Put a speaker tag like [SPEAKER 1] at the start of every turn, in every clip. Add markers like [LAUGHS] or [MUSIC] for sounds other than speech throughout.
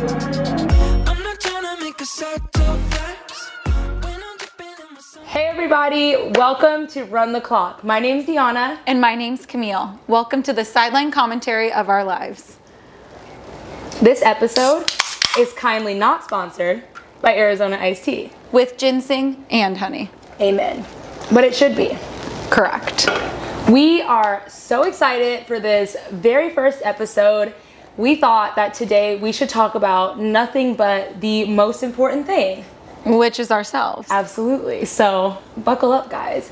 [SPEAKER 1] I'm not tryna make a side of facts when I'm dipping in my sauce.
[SPEAKER 2] Hey everybody, welcome to Run the Clock. My name's Deanna.
[SPEAKER 3] And my name's Camille. Welcome to the sideline commentary of our lives.
[SPEAKER 2] This episode is kindly not sponsored by Arizona Iced Tea.
[SPEAKER 3] With ginseng and honey.
[SPEAKER 2] Amen. But it should be.
[SPEAKER 3] Correct.
[SPEAKER 2] We are so excited for this very first episode. We thought that today we should talk about nothing but the most important thing.
[SPEAKER 3] Which is ourselves.
[SPEAKER 2] Absolutely. So, buckle up, guys.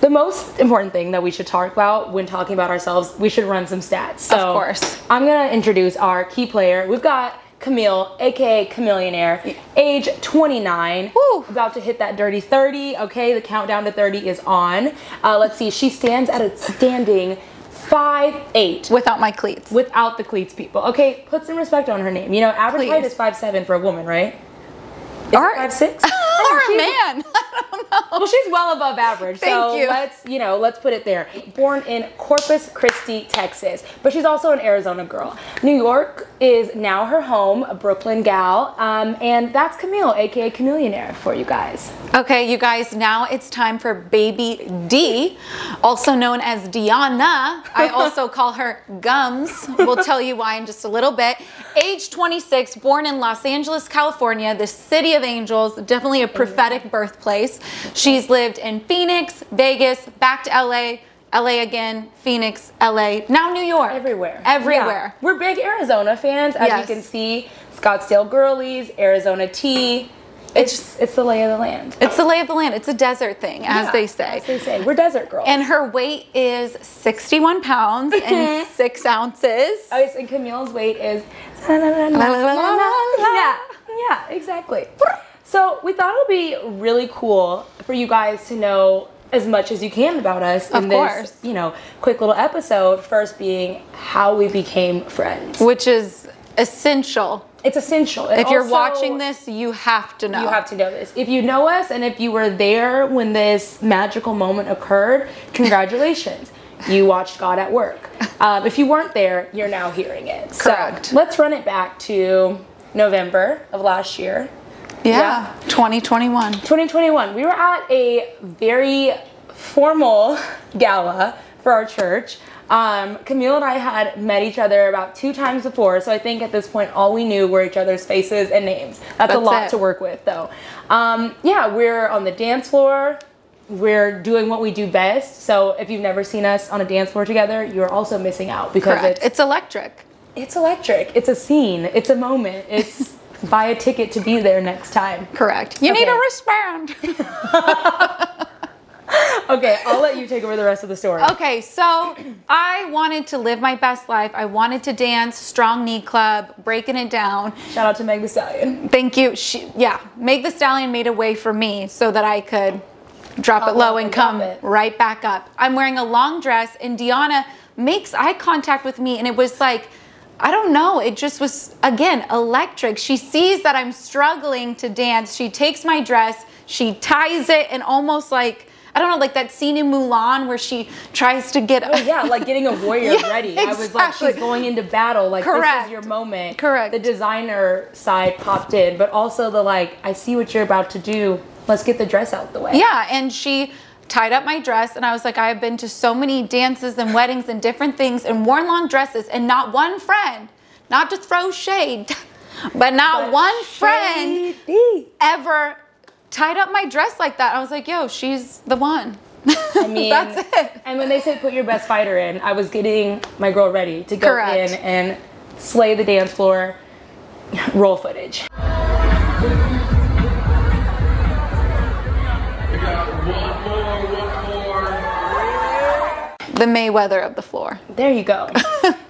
[SPEAKER 2] The most important thing that we should talk about when talking about ourselves, we should run some stats. So,
[SPEAKER 3] Of course.
[SPEAKER 2] I'm going to introduce our key player. We've got Camille, aka Chameleonaire, age 29.
[SPEAKER 3] Woo.
[SPEAKER 2] About to hit that dirty 30. Okay, the countdown to 30 is on. Uh, let's see, she stands at a standing 5'8
[SPEAKER 3] Without my cleats.
[SPEAKER 2] without the cleats, people. Okay, put some respect on her name. You know, average height
[SPEAKER 3] Please.
[SPEAKER 2] is 5'7 for a woman, right? Is
[SPEAKER 3] Or-
[SPEAKER 2] it 5'6?
[SPEAKER 3] [LAUGHS] or a
[SPEAKER 2] She's-
[SPEAKER 3] man. [LAUGHS]
[SPEAKER 2] well, she's well above average. so
[SPEAKER 3] Thank you.
[SPEAKER 2] let's, you know, let's put it there. Born in Corpus Christi, Texas, but she's also an Arizona girl. New York is now her home, a Brooklyn gal, um, and that's Camille, aka Chameleonaire, for you guys.
[SPEAKER 3] Okay, you guys, now it's time for baby D, also known as Diana. I
[SPEAKER 2] [LAUGHS]
[SPEAKER 3] also call her Gums. We'll tell you why in just a little bit. Age 26, born in Los Angeles, California, the city of angels, definitely a prophetic birthplace. She's lived in Phoenix, Vegas, back to LA, LA again, Phoenix, LA, now New York.
[SPEAKER 2] Everywhere.
[SPEAKER 3] Everywhere.
[SPEAKER 2] Yeah. We're big Arizona fans, as
[SPEAKER 3] Yes.
[SPEAKER 2] you can see. Scottsdale girlies, Arizona tea. It's it's the lay of the land.
[SPEAKER 3] It's the lay of the land. It's a desert thing, as
[SPEAKER 2] Yeah,
[SPEAKER 3] they say.
[SPEAKER 2] As they say. We're desert girls.
[SPEAKER 3] And her weight is 61 pounds
[SPEAKER 2] Mm-hmm.
[SPEAKER 3] and six ounces.
[SPEAKER 2] Oh, yes, and Camille's weight is. Yeah, yeah, exactly. So we thought it would be really cool for you guys to know as much as you can about us in
[SPEAKER 3] Of course.
[SPEAKER 2] this, you know, quick little episode. First being how we became friends.
[SPEAKER 3] Which is essential.
[SPEAKER 2] It's essential. It
[SPEAKER 3] If you're
[SPEAKER 2] also-
[SPEAKER 3] watching this, you have to know.
[SPEAKER 2] you have to know this. If you know us and if you were there when this magical moment occurred,
[SPEAKER 3] [LAUGHS]
[SPEAKER 2] congratulations. you watched God at work. Um, if you weren't there, you're now hearing it.
[SPEAKER 3] Correct.
[SPEAKER 2] So let's run it back to November of last year,
[SPEAKER 3] Yeah. 2021.
[SPEAKER 2] 2021. We were at a very formal [LAUGHS] gala for our church. Um, Camille and I had met each other about two times before, so I think at this point all we knew were each other's faces and names. That's, a
[SPEAKER 3] That's
[SPEAKER 2] lot
[SPEAKER 3] it.
[SPEAKER 2] to work with, though. Um, yeah, we're on the dance floor. We're doing what we do best. So if you've never seen us on a dance floor together, you're also missing out because
[SPEAKER 3] Correct.
[SPEAKER 2] it's
[SPEAKER 3] It's electric.
[SPEAKER 2] it's electric. It's a scene. It's a moment. It's
[SPEAKER 3] [LAUGHS]
[SPEAKER 2] buy a ticket to be there next time.
[SPEAKER 3] Correct. You need
[SPEAKER 2] Okay.
[SPEAKER 3] a
[SPEAKER 2] [LAUGHS]
[SPEAKER 3] wristband.
[SPEAKER 2] Okay, I'll let you take over the rest of the story.
[SPEAKER 3] Okay, so I wanted to live my best life. I wanted to dance, strong knee club, breaking it down.
[SPEAKER 2] Shout out to Meg Thee Stallion.
[SPEAKER 3] Thank you. She, yeah, Meg the Stallion made a way for me so that I could drop it low
[SPEAKER 2] low
[SPEAKER 3] and
[SPEAKER 2] and
[SPEAKER 3] come
[SPEAKER 2] drop it.
[SPEAKER 3] right back up. I'm wearing a long dress, and Deanna makes eye contact with me, and it was like, I don't know. It just was, again, electric. She sees that I'm struggling to dance. She takes my dress, she ties it, and almost like, I don't know, like that scene in Mulan where she tries to get.
[SPEAKER 2] Oh yeah, like getting a warrior
[SPEAKER 3] [LAUGHS] Yeah,
[SPEAKER 2] ready. I was like, she's
[SPEAKER 3] exactly.
[SPEAKER 2] going into battle. Like this
[SPEAKER 3] Correct.
[SPEAKER 2] is your moment.
[SPEAKER 3] Correct.
[SPEAKER 2] The designer side popped in, but also the like, I see what you're about to do. Let's get the dress out the way.
[SPEAKER 3] Yeah, and she tied up my dress, and I was like, I have been to so many dances and weddings and different things and worn long dresses, and not one friend, not to throw shade, [LAUGHS] but not one friend [LAUGHS]
[SPEAKER 2] Shady.
[SPEAKER 3] ever tied up my dress like that. I was like, yo, she's the one. [LAUGHS]
[SPEAKER 2] I mean,
[SPEAKER 3] that's it.
[SPEAKER 2] And when they said put your best fighter in, I was getting my girl ready to go
[SPEAKER 3] Correct.
[SPEAKER 2] in and slay the dance floor. Roll footage.
[SPEAKER 3] The Mayweather of the floor.
[SPEAKER 2] There you
[SPEAKER 3] [LAUGHS]
[SPEAKER 2] go.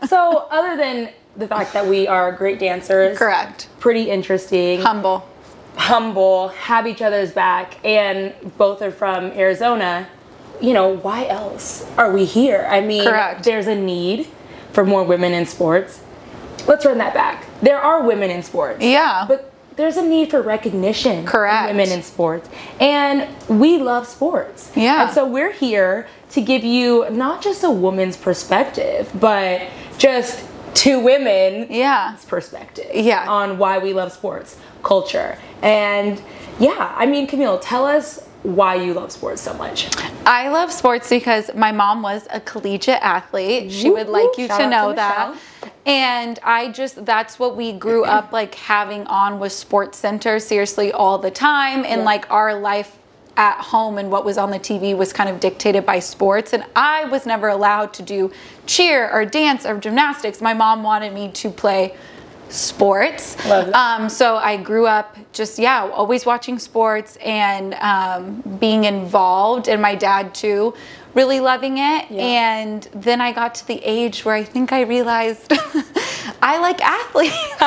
[SPEAKER 2] so other than the fact that we are great dancers,
[SPEAKER 3] Correct.
[SPEAKER 2] Pretty interesting.
[SPEAKER 3] Humble.
[SPEAKER 2] humble, have each other's back, and both are from Arizona, you know, why else are we here? I mean,
[SPEAKER 3] Correct.
[SPEAKER 2] there's a need for more women in sports. Let's run that back. There are women in sports.
[SPEAKER 3] Yeah.
[SPEAKER 2] But there's a need for recognition. of
[SPEAKER 3] Correct.
[SPEAKER 2] Women in sports. And we love sports.
[SPEAKER 3] Yeah.
[SPEAKER 2] And so we're here to give you not just a woman's perspective, but just two women
[SPEAKER 3] Yeah.
[SPEAKER 2] perspective
[SPEAKER 3] Yeah.
[SPEAKER 2] on why we love sports culture. And yeah, I mean, Camille, tell us why you love sports so much.
[SPEAKER 3] I love sports because my mom was a collegiate athlete. She would like you
[SPEAKER 2] Shout
[SPEAKER 3] to
[SPEAKER 2] out
[SPEAKER 3] know
[SPEAKER 2] to
[SPEAKER 3] that. And I just that's what we grew up like having on was Sports Center seriously all the time and
[SPEAKER 2] Yeah.
[SPEAKER 3] like our life at home and what was on the TV was kind of dictated by sports and I was never allowed to do cheer or dance or gymnastics. My mom wanted me to play sports.
[SPEAKER 2] Love that.
[SPEAKER 3] Um, so I grew up just, yeah, always watching sports and um, being involved, and my dad too, really loving it.
[SPEAKER 2] Yeah.
[SPEAKER 3] And then I got to the age where I think I realized [LAUGHS] I like athletes. [LAUGHS]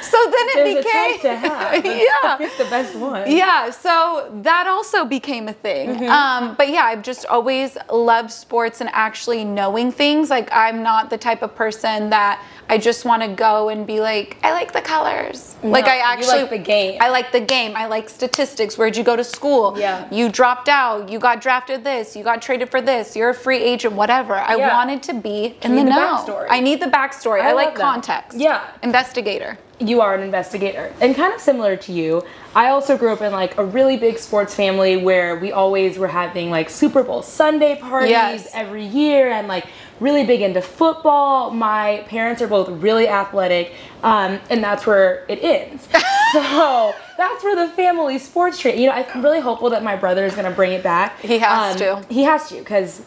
[SPEAKER 3] so then it
[SPEAKER 2] There's a
[SPEAKER 3] became.
[SPEAKER 2] type to have.
[SPEAKER 3] [LAUGHS] yeah.
[SPEAKER 2] [LAUGHS] Pick the best one.
[SPEAKER 3] Yeah, so that also became a thing.
[SPEAKER 2] Mm-hmm.
[SPEAKER 3] Um, but yeah, I've just always loved sports and actually knowing things. Like, I'm not the type of person that I just want to go and be like, I like the colors. like,
[SPEAKER 2] No,
[SPEAKER 3] I
[SPEAKER 2] you like
[SPEAKER 3] actually
[SPEAKER 2] the game.
[SPEAKER 3] I like the game. I like statistics. Where'd you go to school?
[SPEAKER 2] Yeah.
[SPEAKER 3] You dropped out. You got drafted this. You got traded for this. You're a free agent. Whatever. I
[SPEAKER 2] Yeah.
[SPEAKER 3] wanted to be in the,
[SPEAKER 2] need the
[SPEAKER 3] know.
[SPEAKER 2] backstory.
[SPEAKER 3] I need the backstory. I,
[SPEAKER 2] I
[SPEAKER 3] like
[SPEAKER 2] love that.
[SPEAKER 3] context.
[SPEAKER 2] Yeah.
[SPEAKER 3] Investigator.
[SPEAKER 2] you are an investigator. And kind of similar to you, I also grew up in like a really big sports family where we always were having like Super Bowl Sunday parties
[SPEAKER 3] Yes.
[SPEAKER 2] every year and like really big into football. My parents are both really athletic, um, and that's where it
[SPEAKER 3] [LAUGHS]
[SPEAKER 2] ends. so that's where the family sports tree. You know, I'm really hopeful that my brother is going to bring it back. Um,
[SPEAKER 3] He has to.
[SPEAKER 2] He has to because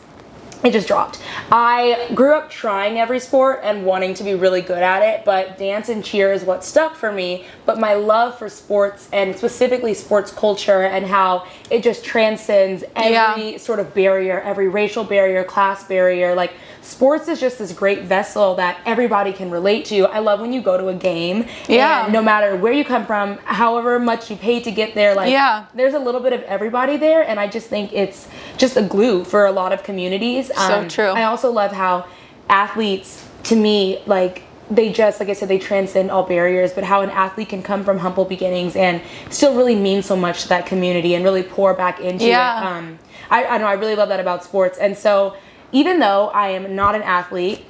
[SPEAKER 2] it just dropped. I grew up trying every sport and wanting to be really good at it, but dance and cheer is what stuck for me. But my love for sports and specifically sports culture and how it just transcends every
[SPEAKER 3] Yeah.
[SPEAKER 2] sort of barrier, every racial barrier, class barrier. Like, sports is just this great vessel that everybody can relate to. I love when you go to a game.
[SPEAKER 3] Yeah.
[SPEAKER 2] And no matter where you come from, however much you pay to get there, like,
[SPEAKER 3] Yeah.
[SPEAKER 2] there's a little bit of everybody there and i just think it's just a glue for a lot of communities Um,
[SPEAKER 3] So true.
[SPEAKER 2] i also love how athletes to me like they just like i said they transcend all barriers but how an athlete can come from humble beginnings and still really mean so much to that community and really pour back into
[SPEAKER 3] Yeah.
[SPEAKER 2] it um, I, I know i really love that about sports and so even though i am not an athlete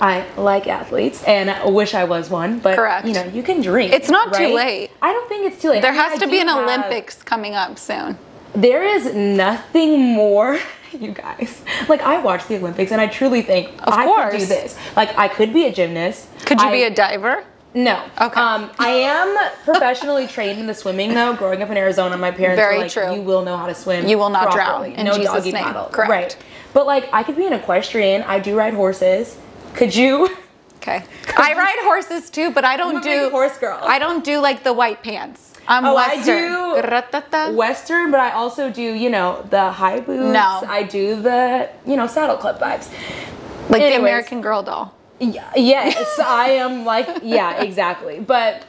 [SPEAKER 2] I like athletes and wish I was one, but
[SPEAKER 3] Correct.
[SPEAKER 2] you know, you can dream.
[SPEAKER 3] It's not too
[SPEAKER 2] right?
[SPEAKER 3] late.
[SPEAKER 2] I don't think it's too late. I
[SPEAKER 3] There
[SPEAKER 2] mean,
[SPEAKER 3] has
[SPEAKER 2] I
[SPEAKER 3] to be
[SPEAKER 2] do
[SPEAKER 3] an
[SPEAKER 2] have-
[SPEAKER 3] Olympics coming up soon.
[SPEAKER 2] there is nothing more [LAUGHS] you guys like i watch the olympics and i truly think i could do
[SPEAKER 3] course.
[SPEAKER 2] this like i could be a gymnast
[SPEAKER 3] Could you
[SPEAKER 2] I-
[SPEAKER 3] be a diver?
[SPEAKER 2] no
[SPEAKER 3] Okay.
[SPEAKER 2] um i am professionally [LAUGHS] trained in the swimming though growing up in arizona my parents
[SPEAKER 3] Very
[SPEAKER 2] were like
[SPEAKER 3] true.
[SPEAKER 2] you will know how to swim
[SPEAKER 3] You will not drown,
[SPEAKER 2] properly.
[SPEAKER 3] in
[SPEAKER 2] no
[SPEAKER 3] Jesus'
[SPEAKER 2] doggy
[SPEAKER 3] name."
[SPEAKER 2] paddle
[SPEAKER 3] Correct.
[SPEAKER 2] right but like i could be an equestrian i do ride horses could
[SPEAKER 3] [LAUGHS]
[SPEAKER 2] you
[SPEAKER 3] Okay. I ride horses too, but I don't
[SPEAKER 2] I'm a
[SPEAKER 3] do
[SPEAKER 2] big horse girl.
[SPEAKER 3] I don't do like the white pants. I'm
[SPEAKER 2] Oh, I
[SPEAKER 3] Western.
[SPEAKER 2] do-
[SPEAKER 3] Ratata.
[SPEAKER 2] Western, but I also do, you know, the high boots.
[SPEAKER 3] No.
[SPEAKER 2] I do the, you know, saddle club vibes.
[SPEAKER 3] like the
[SPEAKER 2] anyways.
[SPEAKER 3] American Girl doll.
[SPEAKER 2] Y- yes, I am like, yeah, exactly. But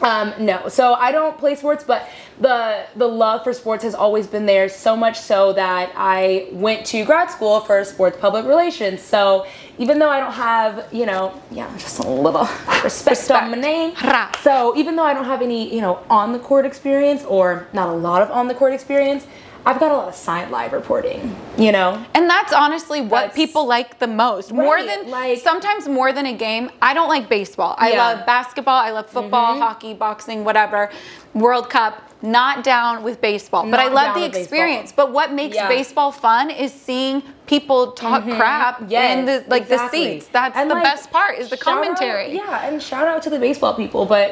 [SPEAKER 2] um, no, so I don't play sports, but the the love for sports has always been there. So much so that I went to grad school for sports public relations. So even though I don't have, you know, yeah, just a little [LAUGHS] respect, on my name.
[SPEAKER 3] Ra.
[SPEAKER 2] So even though I don't have any, you know, on the court experience or not a lot of on the court experience, I've got a lot of sideline reporting. You know,
[SPEAKER 3] And that's honestly what
[SPEAKER 2] That's-
[SPEAKER 3] people like the most. more
[SPEAKER 2] Right,
[SPEAKER 3] than
[SPEAKER 2] like-
[SPEAKER 3] sometimes more than a game. I don't like baseball. I
[SPEAKER 2] Yeah. Mm-hmm.
[SPEAKER 3] love basketball, I love football, hockey, boxing, whatever. World Cup, not down with baseball. but I
[SPEAKER 2] Not
[SPEAKER 3] love
[SPEAKER 2] down
[SPEAKER 3] the
[SPEAKER 2] with baseball.
[SPEAKER 3] experience. But what makes
[SPEAKER 2] Yeah. Mm-hmm.
[SPEAKER 3] baseball fun is seeing people talk crap
[SPEAKER 2] Yes,
[SPEAKER 3] in the like
[SPEAKER 2] exactly.
[SPEAKER 3] the seats. That's
[SPEAKER 2] And,
[SPEAKER 3] the
[SPEAKER 2] like,
[SPEAKER 3] best part is the
[SPEAKER 2] shout out-
[SPEAKER 3] commentary.
[SPEAKER 2] yeah, and shout out to the baseball people, but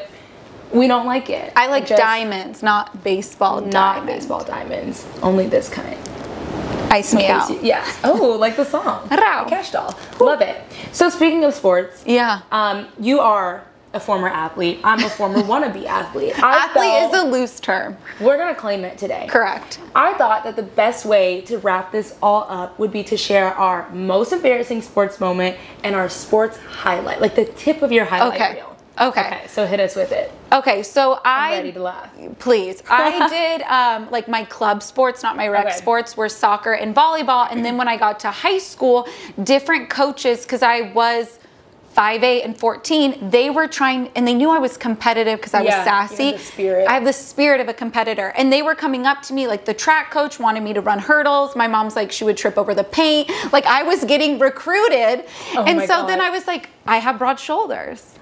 [SPEAKER 2] we don't like it.
[SPEAKER 3] I like
[SPEAKER 2] Just
[SPEAKER 3] diamonds, not baseball.
[SPEAKER 2] Not
[SPEAKER 3] diamond.
[SPEAKER 2] baseball diamonds, only this kind.
[SPEAKER 3] Ice me out.
[SPEAKER 2] Yeah. [LAUGHS] Oh, like the song.
[SPEAKER 3] Rao.
[SPEAKER 2] Cash doll. Love it. So speaking of sports,
[SPEAKER 3] Yeah.
[SPEAKER 2] um, you are a former athlete. I'm a former [LAUGHS] wannabe athlete. I
[SPEAKER 3] Athlete
[SPEAKER 2] felt-
[SPEAKER 3] is a loose term.
[SPEAKER 2] We're gonna claim it today.
[SPEAKER 3] Correct.
[SPEAKER 2] I thought that the best way to wrap this all up would be to share our most embarrassing sports moment and our sports highlight, like the tip of your highlight
[SPEAKER 3] Okay.
[SPEAKER 2] reel.
[SPEAKER 3] Okay.
[SPEAKER 2] So hit us with it.
[SPEAKER 3] Okay, so
[SPEAKER 2] I'm
[SPEAKER 3] I
[SPEAKER 2] ready to laugh.
[SPEAKER 3] please.
[SPEAKER 2] [LAUGHS]
[SPEAKER 3] I did um, like my club sports, not my rec
[SPEAKER 2] Okay.
[SPEAKER 3] sports, were soccer and volleyball. And then when I got to high school, different coaches, because I was 5'8 and 14, they were trying, and they knew I was competitive because I
[SPEAKER 2] Yeah, you
[SPEAKER 3] was
[SPEAKER 2] have
[SPEAKER 3] sassy.
[SPEAKER 2] the spirit.
[SPEAKER 3] I have the spirit of a competitor. And they were coming up to me, like the track coach wanted me to run hurdles. My mom's like, she would trip over the paint. Like I was getting recruited.
[SPEAKER 2] Oh
[SPEAKER 3] and
[SPEAKER 2] my
[SPEAKER 3] so then
[SPEAKER 2] God.
[SPEAKER 3] I was like, I have broad shoulders.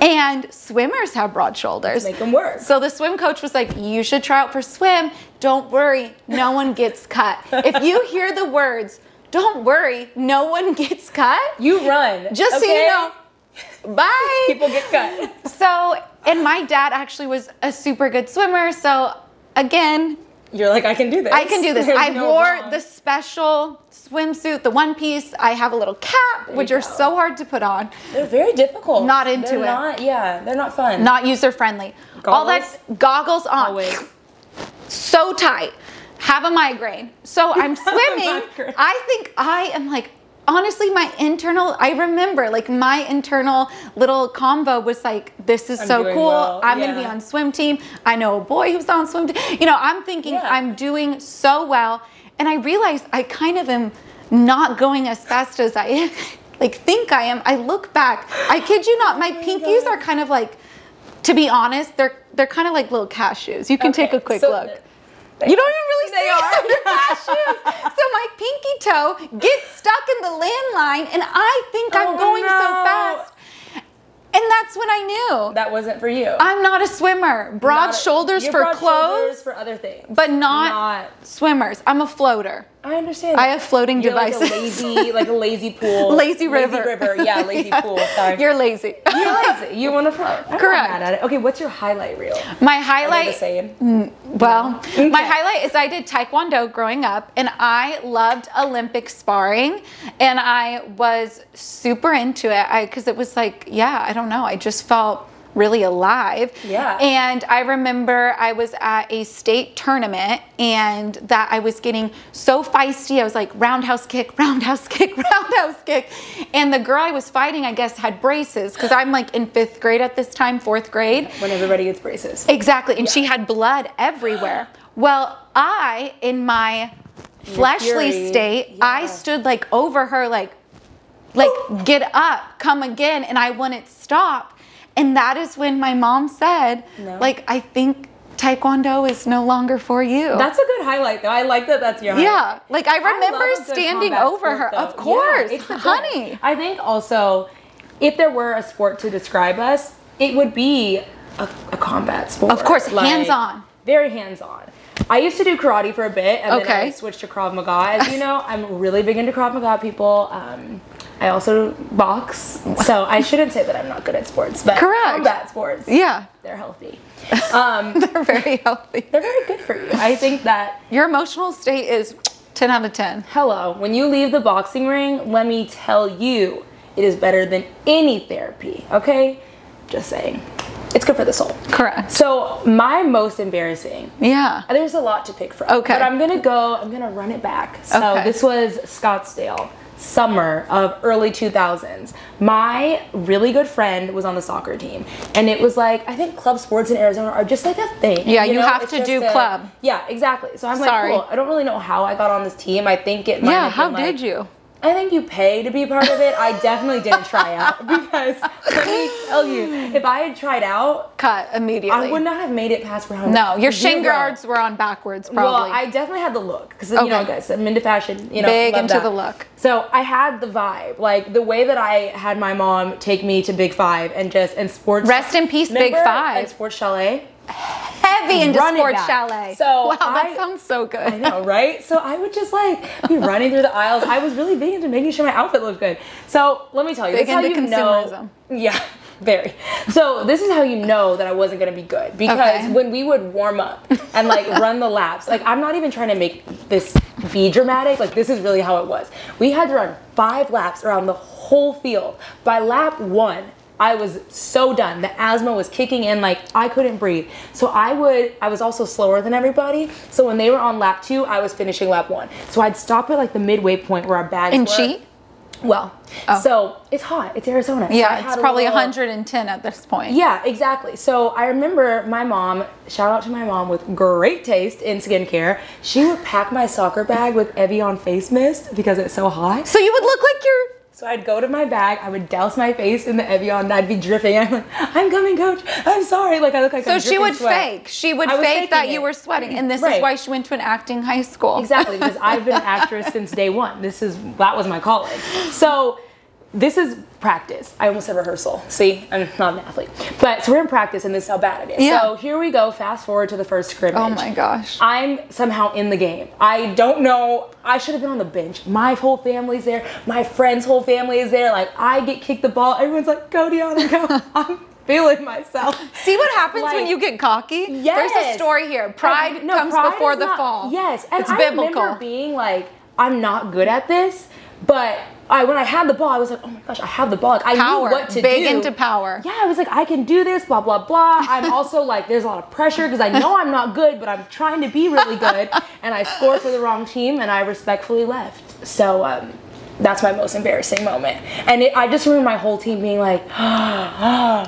[SPEAKER 3] And swimmers have broad shoulders.
[SPEAKER 2] Make 'em work.
[SPEAKER 3] So the swim coach was like, You should try out for swim. Don't worry, no one gets cut. If you hear the words, don't worry, no one [LAUGHS] gets cut,
[SPEAKER 2] You run.
[SPEAKER 3] just
[SPEAKER 2] okay?
[SPEAKER 3] so you know, bye.
[SPEAKER 2] [LAUGHS] People get cut.
[SPEAKER 3] so, and my dad actually was a super good swimmer. So, again,
[SPEAKER 2] You're like, I can do this.
[SPEAKER 3] I can do
[SPEAKER 2] [LAUGHS]
[SPEAKER 3] this.
[SPEAKER 2] There's
[SPEAKER 3] I
[SPEAKER 2] no
[SPEAKER 3] wore
[SPEAKER 2] wrong.
[SPEAKER 3] the special swimsuit, the one piece. I have a little cap, which
[SPEAKER 2] you
[SPEAKER 3] are
[SPEAKER 2] go.
[SPEAKER 3] so hard to put on.
[SPEAKER 2] They're very difficult.
[SPEAKER 3] Not into
[SPEAKER 2] They're
[SPEAKER 3] it.
[SPEAKER 2] Not, yeah, they're not fun.
[SPEAKER 3] Not user friendly. All
[SPEAKER 2] Goggles?
[SPEAKER 3] that goggles on.
[SPEAKER 2] always.
[SPEAKER 3] so tight, have a migraine.
[SPEAKER 2] [LAUGHS]
[SPEAKER 3] So I'm swimming.
[SPEAKER 2] Migraine.
[SPEAKER 3] I think I am like, honestly, my internal, I remember like my internal little combo was like, this is
[SPEAKER 2] I'm
[SPEAKER 3] so
[SPEAKER 2] doing
[SPEAKER 3] cool.
[SPEAKER 2] well,
[SPEAKER 3] I'm going to be
[SPEAKER 2] yeah.
[SPEAKER 3] on swim team. I know a boy who's on swim team. You know, I'm thinking
[SPEAKER 2] Yeah.
[SPEAKER 3] I'm doing so well. And I realized I kind of am not going as fast as I [LAUGHS] like think I am. I look back. I kid you
[SPEAKER 2] [GASPS]
[SPEAKER 3] not, my pinkies
[SPEAKER 2] Oh God.
[SPEAKER 3] are kind of like, to be honest, they're they're kind of like little cashews. You can take a
[SPEAKER 2] Okay,
[SPEAKER 3] quick
[SPEAKER 2] so
[SPEAKER 3] look.
[SPEAKER 2] th-
[SPEAKER 3] You don't even really
[SPEAKER 2] They
[SPEAKER 3] see
[SPEAKER 2] are.
[SPEAKER 3] are. under [LAUGHS] cashews. so my pinky toe gets stuck in the landline, and I think I'm
[SPEAKER 2] Oh,
[SPEAKER 3] going so
[SPEAKER 2] no.
[SPEAKER 3] fast. And that's when I knew
[SPEAKER 2] That wasn't for you.
[SPEAKER 3] I'm not a swimmer. Broad
[SPEAKER 2] Not-
[SPEAKER 3] shoulders
[SPEAKER 2] you're
[SPEAKER 3] for
[SPEAKER 2] broad
[SPEAKER 3] clothes,
[SPEAKER 2] shoulders for other things.
[SPEAKER 3] but not,
[SPEAKER 2] Not-
[SPEAKER 3] swimmers. I'm a floater.
[SPEAKER 2] I understand.
[SPEAKER 3] I
[SPEAKER 2] that.
[SPEAKER 3] have floating
[SPEAKER 2] You're
[SPEAKER 3] devices.
[SPEAKER 2] Like a lazy, [LAUGHS] like a lazy pool.
[SPEAKER 3] [LAUGHS] Lazy river.
[SPEAKER 2] river. Yeah, lazy
[SPEAKER 3] [LAUGHS]
[SPEAKER 2] pool. Sorry.
[SPEAKER 3] You're lazy. [LAUGHS]
[SPEAKER 2] You're lazy. You want to float. I'm not
[SPEAKER 3] Correct.
[SPEAKER 2] mad at it. Okay, what's your highlight reel?
[SPEAKER 3] My
[SPEAKER 2] Are they
[SPEAKER 3] highlight
[SPEAKER 2] the same?
[SPEAKER 3] Well,
[SPEAKER 2] Okay.
[SPEAKER 3] my highlight is I did Taekwondo growing up and I loved Olympic sparring and I was super into it. I cuz it was like, yeah, I don't know, I just felt really alive.
[SPEAKER 2] Yeah.
[SPEAKER 3] And I remember I was at a state tournament and that I was getting so feisty. I was like roundhouse kick, [LAUGHS] roundhouse kick, roundhouse kick. And the girl I was fighting, I guess, had braces cuz I'm like in 5th grade at this time, 4th grade.
[SPEAKER 2] When everybody gets braces.
[SPEAKER 3] Exactly. And she had blood everywhere. Well, I, in my fleshly
[SPEAKER 2] fury.
[SPEAKER 3] state, I
[SPEAKER 2] Yeah.
[SPEAKER 3] stood like over her, like, like, get up, come again. And I wouldn't stop. And that is when my mom said,
[SPEAKER 2] No.
[SPEAKER 3] like, I think Taekwondo is no longer for you.
[SPEAKER 2] That's a good highlight, though. I like that. That's your
[SPEAKER 3] yeah.
[SPEAKER 2] highlight.
[SPEAKER 3] Like, I remember
[SPEAKER 2] love a good
[SPEAKER 3] standing
[SPEAKER 2] combat
[SPEAKER 3] over
[SPEAKER 2] sport,
[SPEAKER 3] her.
[SPEAKER 2] though.
[SPEAKER 3] Of course.
[SPEAKER 2] Yeah, it's the best.
[SPEAKER 3] honey.
[SPEAKER 2] I think also, if there were a sport to describe us, it would be a, a combat sport.
[SPEAKER 3] Of course, hands-on.
[SPEAKER 2] Very hands-on. I used to do karate for a bit, and then I
[SPEAKER 3] Okay.
[SPEAKER 2] switched to Krav Maga. As you know, I'm really big into Krav Maga people. Um, I also box, so I shouldn't say that I'm not good at sports, but
[SPEAKER 3] Correct.
[SPEAKER 2] combat sports,
[SPEAKER 3] [LAUGHS] Yeah. [LAUGHS]
[SPEAKER 2] they're healthy. Um,
[SPEAKER 3] They're very healthy.
[SPEAKER 2] they're very good for you. I think that
[SPEAKER 3] Your emotional state is 10 out of 10.
[SPEAKER 2] Hello, when you leave the boxing ring, let me tell you, it is better than any therapy, okay? Just saying. It's good for the soul.
[SPEAKER 3] Correct.
[SPEAKER 2] So, my most embarrassing,
[SPEAKER 3] Yeah.
[SPEAKER 2] there's a lot to pick from.
[SPEAKER 3] Okay.
[SPEAKER 2] But I'm gonna go, I'm gonna run it back. So,
[SPEAKER 3] Okay.
[SPEAKER 2] this was Scottsdale, summer of early 2000s. My really good friend was on the soccer team, and it was like, I think club sports in Arizona are just like a thing.
[SPEAKER 3] Yeah, you have
[SPEAKER 2] It's
[SPEAKER 3] to
[SPEAKER 2] just
[SPEAKER 3] do club.
[SPEAKER 2] Yeah, exactly. So, I'm
[SPEAKER 3] Sorry.
[SPEAKER 2] like, cool, I don't really know how I got on this team. I think it might
[SPEAKER 3] Yeah,
[SPEAKER 2] have
[SPEAKER 3] how
[SPEAKER 2] been, like,
[SPEAKER 3] did you?
[SPEAKER 2] I think you pay to be part of it. I definitely didn't
[SPEAKER 3] [LAUGHS]
[SPEAKER 2] try out because let me tell you, if I had tried out,
[SPEAKER 3] Cut immediately.
[SPEAKER 2] I would not have made it past round.
[SPEAKER 3] No, your
[SPEAKER 2] zero.
[SPEAKER 3] shin guards were on backwards,
[SPEAKER 2] Well,
[SPEAKER 3] probably.
[SPEAKER 2] I definitely had the look because you know,
[SPEAKER 3] Okay.
[SPEAKER 2] guys, I'm into fashion. You know,
[SPEAKER 3] Big
[SPEAKER 2] love
[SPEAKER 3] into
[SPEAKER 2] that.
[SPEAKER 3] the look.
[SPEAKER 2] So I had the vibe, like the way that I had my mom take me to Big Five and just and sports.
[SPEAKER 3] Rest in peace, Big
[SPEAKER 2] Remember?
[SPEAKER 3] Five.
[SPEAKER 2] and Sports Chalet.
[SPEAKER 3] Heavy into
[SPEAKER 2] Run it
[SPEAKER 3] sports
[SPEAKER 2] back.
[SPEAKER 3] chalet.
[SPEAKER 2] So
[SPEAKER 3] wow, that
[SPEAKER 2] I-
[SPEAKER 3] sounds so good.
[SPEAKER 2] I know, right? So I would just like
[SPEAKER 3] [LAUGHS]
[SPEAKER 2] be running through the aisles. I was really big into making sure my outfit looked good. So let me tell you,
[SPEAKER 3] Big
[SPEAKER 2] this is how
[SPEAKER 3] into
[SPEAKER 2] you know. Yeah, [LAUGHS] very. So this is how you know that I wasn't gonna be good because
[SPEAKER 3] Okay.
[SPEAKER 2] when we would warm up and
[SPEAKER 3] [LAUGHS]
[SPEAKER 2] like run the laps, like I'm not even trying to make this be dramatic. Like this is really how it was. We had to run five laps around the whole field. By lap one. I was so done. The asthma was kicking in, like I couldn't breathe. So I would, I was also slower than everybody. So when they were on lap two, I was finishing lap one. So I'd stop at like the midway point where our bags
[SPEAKER 3] [LAUGHS] And
[SPEAKER 2] were.
[SPEAKER 3] cheat?
[SPEAKER 2] Well,
[SPEAKER 3] Oh.
[SPEAKER 2] so it's hot. It's Arizona. So I
[SPEAKER 3] Yeah,
[SPEAKER 2] had
[SPEAKER 3] it's
[SPEAKER 2] a
[SPEAKER 3] probably
[SPEAKER 2] little-
[SPEAKER 3] 110 at this point.
[SPEAKER 2] Yeah, exactly. So I remember my mom, shout out to my mom with great taste in skincare. She would pack my soccer bag with Evian face mist because it's so hot.
[SPEAKER 3] So you would look like you're
[SPEAKER 2] So I'd go to my bag, I would douse my face in the Evian, and I'd be dripping. I'm like, I'm coming, coach. I'm sorry. Like I look like
[SPEAKER 3] So
[SPEAKER 2] I'm
[SPEAKER 3] she
[SPEAKER 2] dripping
[SPEAKER 3] would
[SPEAKER 2] sweat.
[SPEAKER 3] fake. She would
[SPEAKER 2] I was
[SPEAKER 3] fake that
[SPEAKER 2] faking
[SPEAKER 3] you
[SPEAKER 2] it.
[SPEAKER 3] were sweating. And this is
[SPEAKER 2] Right.
[SPEAKER 3] why she went to an acting high school.
[SPEAKER 2] Exactly, because I've
[SPEAKER 3] [LAUGHS]
[SPEAKER 2] been an actress since day one. This is that was my calling. So this is practice. I almost said rehearsal. See, I'm not an athlete, but so we're in practice, and this is how bad it is.
[SPEAKER 3] Yeah.
[SPEAKER 2] So here we go. Fast forward to the first scrimmage.
[SPEAKER 3] Oh my gosh.
[SPEAKER 2] I'm somehow in the game. I don't know. I should have been on the bench. My whole family's there. My friend's whole family is there. Like I get kicked the ball. Everyone's like, "Go, Deanna, go!" [LAUGHS] I'm feeling myself.
[SPEAKER 3] See what happens when
[SPEAKER 2] Like-
[SPEAKER 3] you get cocky? There's a
[SPEAKER 2] Yes.
[SPEAKER 3] story here. Pride
[SPEAKER 2] No,
[SPEAKER 3] comes
[SPEAKER 2] pride
[SPEAKER 3] before
[SPEAKER 2] is
[SPEAKER 3] the
[SPEAKER 2] not-
[SPEAKER 3] fall.
[SPEAKER 2] Yes, and
[SPEAKER 3] it's
[SPEAKER 2] I
[SPEAKER 3] biblical.
[SPEAKER 2] remember being like, I'm not good at this, but I when I had the ball, I was like, oh my gosh, I have the ball. Like, I
[SPEAKER 3] Power.
[SPEAKER 2] knew what to
[SPEAKER 3] Big
[SPEAKER 2] do.
[SPEAKER 3] into power.
[SPEAKER 2] Yeah, I was like, I can do this. Blah blah blah. I'm also [LAUGHS] like, there's a lot of pressure because I know I'm not good, but I'm trying to be really good. and I scored for the wrong team, and I respectfully left. So. um that's my most embarrassing moment, and it, I just remember my whole team being like,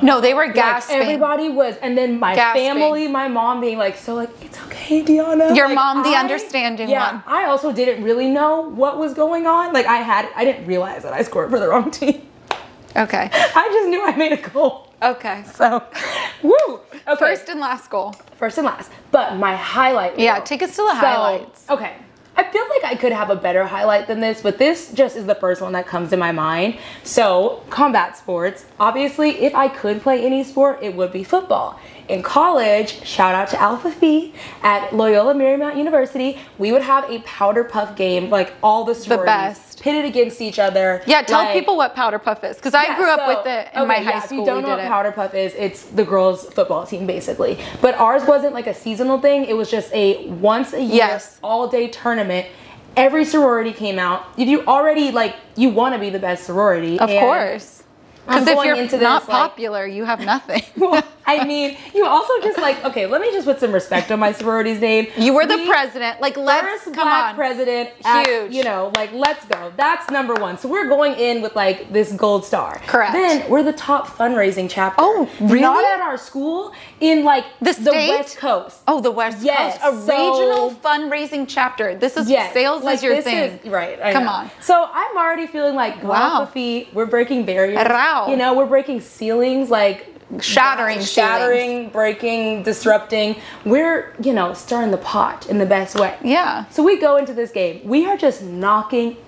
[SPEAKER 3] no, they were
[SPEAKER 2] like,
[SPEAKER 3] gasping.
[SPEAKER 2] everybody was, and then my
[SPEAKER 3] Gasping.
[SPEAKER 2] family, my mom being like, "So like, it's okay, Deanna."
[SPEAKER 3] Your
[SPEAKER 2] Like,
[SPEAKER 3] mom, the understanding
[SPEAKER 2] Yeah,
[SPEAKER 3] one.
[SPEAKER 2] I also didn't really know what was going on. Like I had, I didn't realize that I scored for the wrong [LAUGHS] team. [LAUGHS]
[SPEAKER 3] okay.
[SPEAKER 2] I just knew I made a goal.
[SPEAKER 3] Okay.
[SPEAKER 2] So, [LAUGHS] woo. Okay.
[SPEAKER 3] First and last goal.
[SPEAKER 2] first and last. But my highlight.
[SPEAKER 3] Yeah,
[SPEAKER 2] reel.
[SPEAKER 3] take us to the highlights.
[SPEAKER 2] Okay. I feel like I could have a better highlight than this, but this just is the first one that comes to my mind. So, combat sports. Obviously, if I could play any sport, it would be football. In college, shout out to Alpha Phi at Loyola Marymount University, we would have a powder puff game, like all the sororities
[SPEAKER 3] best.
[SPEAKER 2] pitted against each other.
[SPEAKER 3] Yeah, tell
[SPEAKER 2] like-
[SPEAKER 3] people what powder puff is because I
[SPEAKER 2] yeah,
[SPEAKER 3] grew up
[SPEAKER 2] so-
[SPEAKER 3] with it in my
[SPEAKER 2] okay,
[SPEAKER 3] high
[SPEAKER 2] yeah,
[SPEAKER 3] school.
[SPEAKER 2] If you don't
[SPEAKER 3] we
[SPEAKER 2] know
[SPEAKER 3] did
[SPEAKER 2] what
[SPEAKER 3] it.
[SPEAKER 2] Powder Puff is, it's the girls' football team basically. But ours wasn't like a seasonal thing. It was just a once a year,
[SPEAKER 3] Yes.
[SPEAKER 2] all day tournament. Every sorority came out. If you already like, you want to be the best sorority.
[SPEAKER 3] Of
[SPEAKER 2] and
[SPEAKER 3] course.
[SPEAKER 2] I'm
[SPEAKER 3] Because if
[SPEAKER 2] going
[SPEAKER 3] you're
[SPEAKER 2] into this,
[SPEAKER 3] not
[SPEAKER 2] like-
[SPEAKER 3] popular, you have nothing.
[SPEAKER 2] [LAUGHS] I mean, you also just like okay. Let me just put some respect on my sorority's name.
[SPEAKER 3] you were the
[SPEAKER 2] We-
[SPEAKER 3] president. Like, let's
[SPEAKER 2] first
[SPEAKER 3] come
[SPEAKER 2] black
[SPEAKER 3] on.
[SPEAKER 2] president.
[SPEAKER 3] Huge.
[SPEAKER 2] At, you know, like let's go. That's number one. So we're going in with like this gold star.
[SPEAKER 3] Correct.
[SPEAKER 2] Then we're the top fundraising chapter.
[SPEAKER 3] Oh, really?
[SPEAKER 2] Not at our school. In like
[SPEAKER 3] The state?
[SPEAKER 2] West Coast.
[SPEAKER 3] Oh, the West
[SPEAKER 2] Yes,
[SPEAKER 3] Coast, a
[SPEAKER 2] so-
[SPEAKER 3] regional fundraising chapter. This is
[SPEAKER 2] Yes.
[SPEAKER 3] sales
[SPEAKER 2] like,
[SPEAKER 3] is your
[SPEAKER 2] this
[SPEAKER 3] thing,
[SPEAKER 2] is- right. I
[SPEAKER 3] Come
[SPEAKER 2] know.
[SPEAKER 3] on.
[SPEAKER 2] So I'm already feeling like
[SPEAKER 3] Wow.
[SPEAKER 2] wow. feet. We're breaking barriers.
[SPEAKER 3] Wow.
[SPEAKER 2] You know, we're breaking ceilings. Like
[SPEAKER 3] Shattering
[SPEAKER 2] shattering,
[SPEAKER 3] ceilings.
[SPEAKER 2] breaking, disrupting. We're you know stirring the pot in the best way.
[SPEAKER 3] Yeah.
[SPEAKER 2] So we go into this game. We are just knocking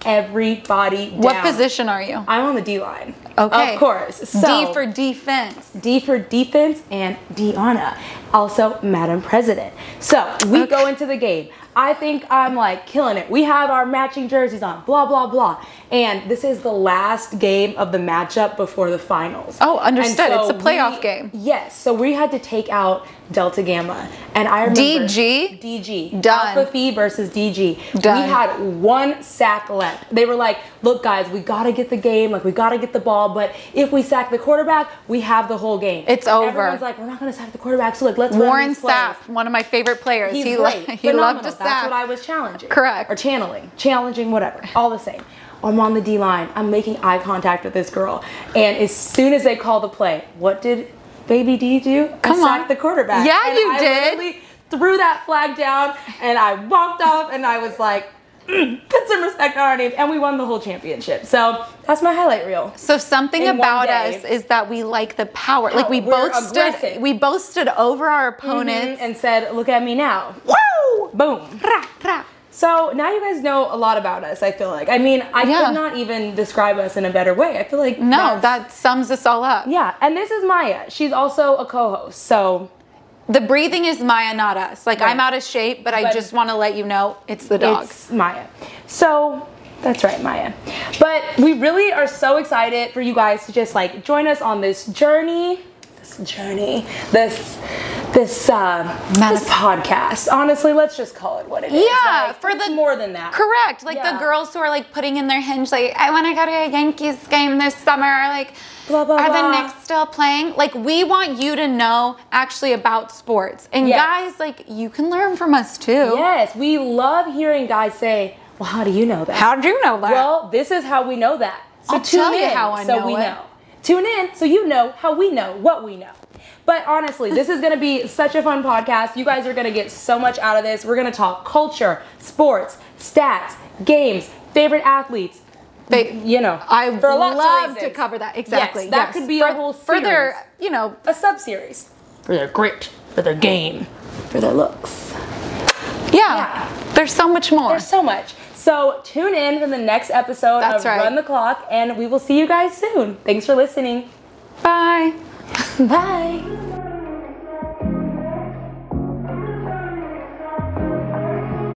[SPEAKER 2] everybody down.
[SPEAKER 3] What position are you?
[SPEAKER 2] I'm on the D line.
[SPEAKER 3] Okay.
[SPEAKER 2] Of course. So,
[SPEAKER 3] D for defense.
[SPEAKER 2] D for defense and Deanna, also Madam President. So we go into the game. I think I'm like killing it. We have our matching jerseys on, blah, blah, blah. And this is the last game of the matchup before the finals.
[SPEAKER 3] Oh,
[SPEAKER 2] And
[SPEAKER 3] understood. It's a playoff
[SPEAKER 2] we-
[SPEAKER 3] game.
[SPEAKER 2] Yes. So we had to take out Delta Gamma. And I remember
[SPEAKER 3] DG?
[SPEAKER 2] DG.
[SPEAKER 3] Done.
[SPEAKER 2] Alpha Phi E versus DG.
[SPEAKER 3] Done.
[SPEAKER 2] We had one sack left. They were like, look, guys, we gotta get the game, like we gotta get the ball, but if we sack the quarterback, we have the whole game.
[SPEAKER 3] It's over.
[SPEAKER 2] Everyone's like, we're not gonna sack the quarterback, so like let's run
[SPEAKER 3] Warren
[SPEAKER 2] these plays."
[SPEAKER 3] Sapp, one of my favorite players.
[SPEAKER 2] He's
[SPEAKER 3] he lo-
[SPEAKER 2] great.
[SPEAKER 3] [LAUGHS] he loved to
[SPEAKER 2] Phenomenal.
[SPEAKER 3] sack.
[SPEAKER 2] That's what I was challenging.
[SPEAKER 3] Correct.
[SPEAKER 2] Or channeling, challenging, whatever. All the same. I'm on the D line. I'm making eye contact with this girl, and as soon as they call the play, what did Baby D do?
[SPEAKER 3] Come
[SPEAKER 2] I sacked
[SPEAKER 3] on.
[SPEAKER 2] the quarterback.
[SPEAKER 3] Yeah,
[SPEAKER 2] And
[SPEAKER 3] you
[SPEAKER 2] I
[SPEAKER 3] did.
[SPEAKER 2] literally Threw that flag down, and I walked off, and I was like, "Mm, "Put some respect on our name," and we won the whole championship. So that's my highlight reel.
[SPEAKER 3] so something
[SPEAKER 2] in one
[SPEAKER 3] about
[SPEAKER 2] day.
[SPEAKER 3] us is that we like the power. Like we
[SPEAKER 2] We're
[SPEAKER 3] both stood,
[SPEAKER 2] aggressive.
[SPEAKER 3] we both stood over our opponents.
[SPEAKER 2] Mm-hmm. And said, "Look at me now."
[SPEAKER 3] Woo!
[SPEAKER 2] Boom.
[SPEAKER 3] Rah, rah.
[SPEAKER 2] So now you guys know a lot about us, I feel like. I mean, I
[SPEAKER 3] Yeah.
[SPEAKER 2] could not even describe us in a better way. I feel like.
[SPEAKER 3] No,
[SPEAKER 2] that's-
[SPEAKER 3] that sums us all up.
[SPEAKER 2] Yeah, and this is Maya. She's also a co host. So
[SPEAKER 3] The breathing is Maya, not us. Like
[SPEAKER 2] Right.
[SPEAKER 3] I'm out of shape, but, I
[SPEAKER 2] But-
[SPEAKER 3] just want to let you know it's the dog.
[SPEAKER 2] it's Maya. So that's right, Maya. But we really are so excited for you guys to just like join us on this journey. This journey. This. This um,
[SPEAKER 3] Manif-
[SPEAKER 2] this podcast, honestly, let's just call it what it is.
[SPEAKER 3] Yeah,
[SPEAKER 2] Like,
[SPEAKER 3] for
[SPEAKER 2] it's
[SPEAKER 3] the-
[SPEAKER 2] more than that,
[SPEAKER 3] Correct. Like the
[SPEAKER 2] Yeah.
[SPEAKER 3] girls who are like putting in their hinge, like, I want to go to a Yankees game this summer. Or, like,
[SPEAKER 2] Blah, blah,
[SPEAKER 3] are the
[SPEAKER 2] blah.
[SPEAKER 3] Knicks still playing? Like, we want you to know actually about sports. And
[SPEAKER 2] Yes.
[SPEAKER 3] guys, like, you can learn from us too.
[SPEAKER 2] Yes, we love hearing guys say, "Well, how do you know that?
[SPEAKER 3] How do you know that?
[SPEAKER 2] Well, this is how we know that. So
[SPEAKER 3] I'll
[SPEAKER 2] tune
[SPEAKER 3] tell you
[SPEAKER 2] in
[SPEAKER 3] how I
[SPEAKER 2] so
[SPEAKER 3] know
[SPEAKER 2] we
[SPEAKER 3] it.
[SPEAKER 2] know. Tune in so you know how we know what we know. But honestly, this is going to be such a fun podcast. You guys are going to get so much out of this. We're going to talk culture, sports, stats, games, favorite athletes,
[SPEAKER 3] They,
[SPEAKER 2] you know,
[SPEAKER 3] I
[SPEAKER 2] for lots of
[SPEAKER 3] love to
[SPEAKER 2] reasons.
[SPEAKER 3] cover that. Exactly.
[SPEAKER 2] that could be a whole
[SPEAKER 3] for their,
[SPEAKER 2] series.
[SPEAKER 3] you know,
[SPEAKER 2] A sub series for their grit, for their game, for their looks.
[SPEAKER 3] yeah,
[SPEAKER 2] Yeah.
[SPEAKER 3] There's so much more.
[SPEAKER 2] There's so much. So tune in for the next episode
[SPEAKER 3] That's
[SPEAKER 2] of
[SPEAKER 3] right.
[SPEAKER 2] Run the Clock, and we will see you guys soon. Thanks for listening.
[SPEAKER 3] Bye.
[SPEAKER 2] Bye.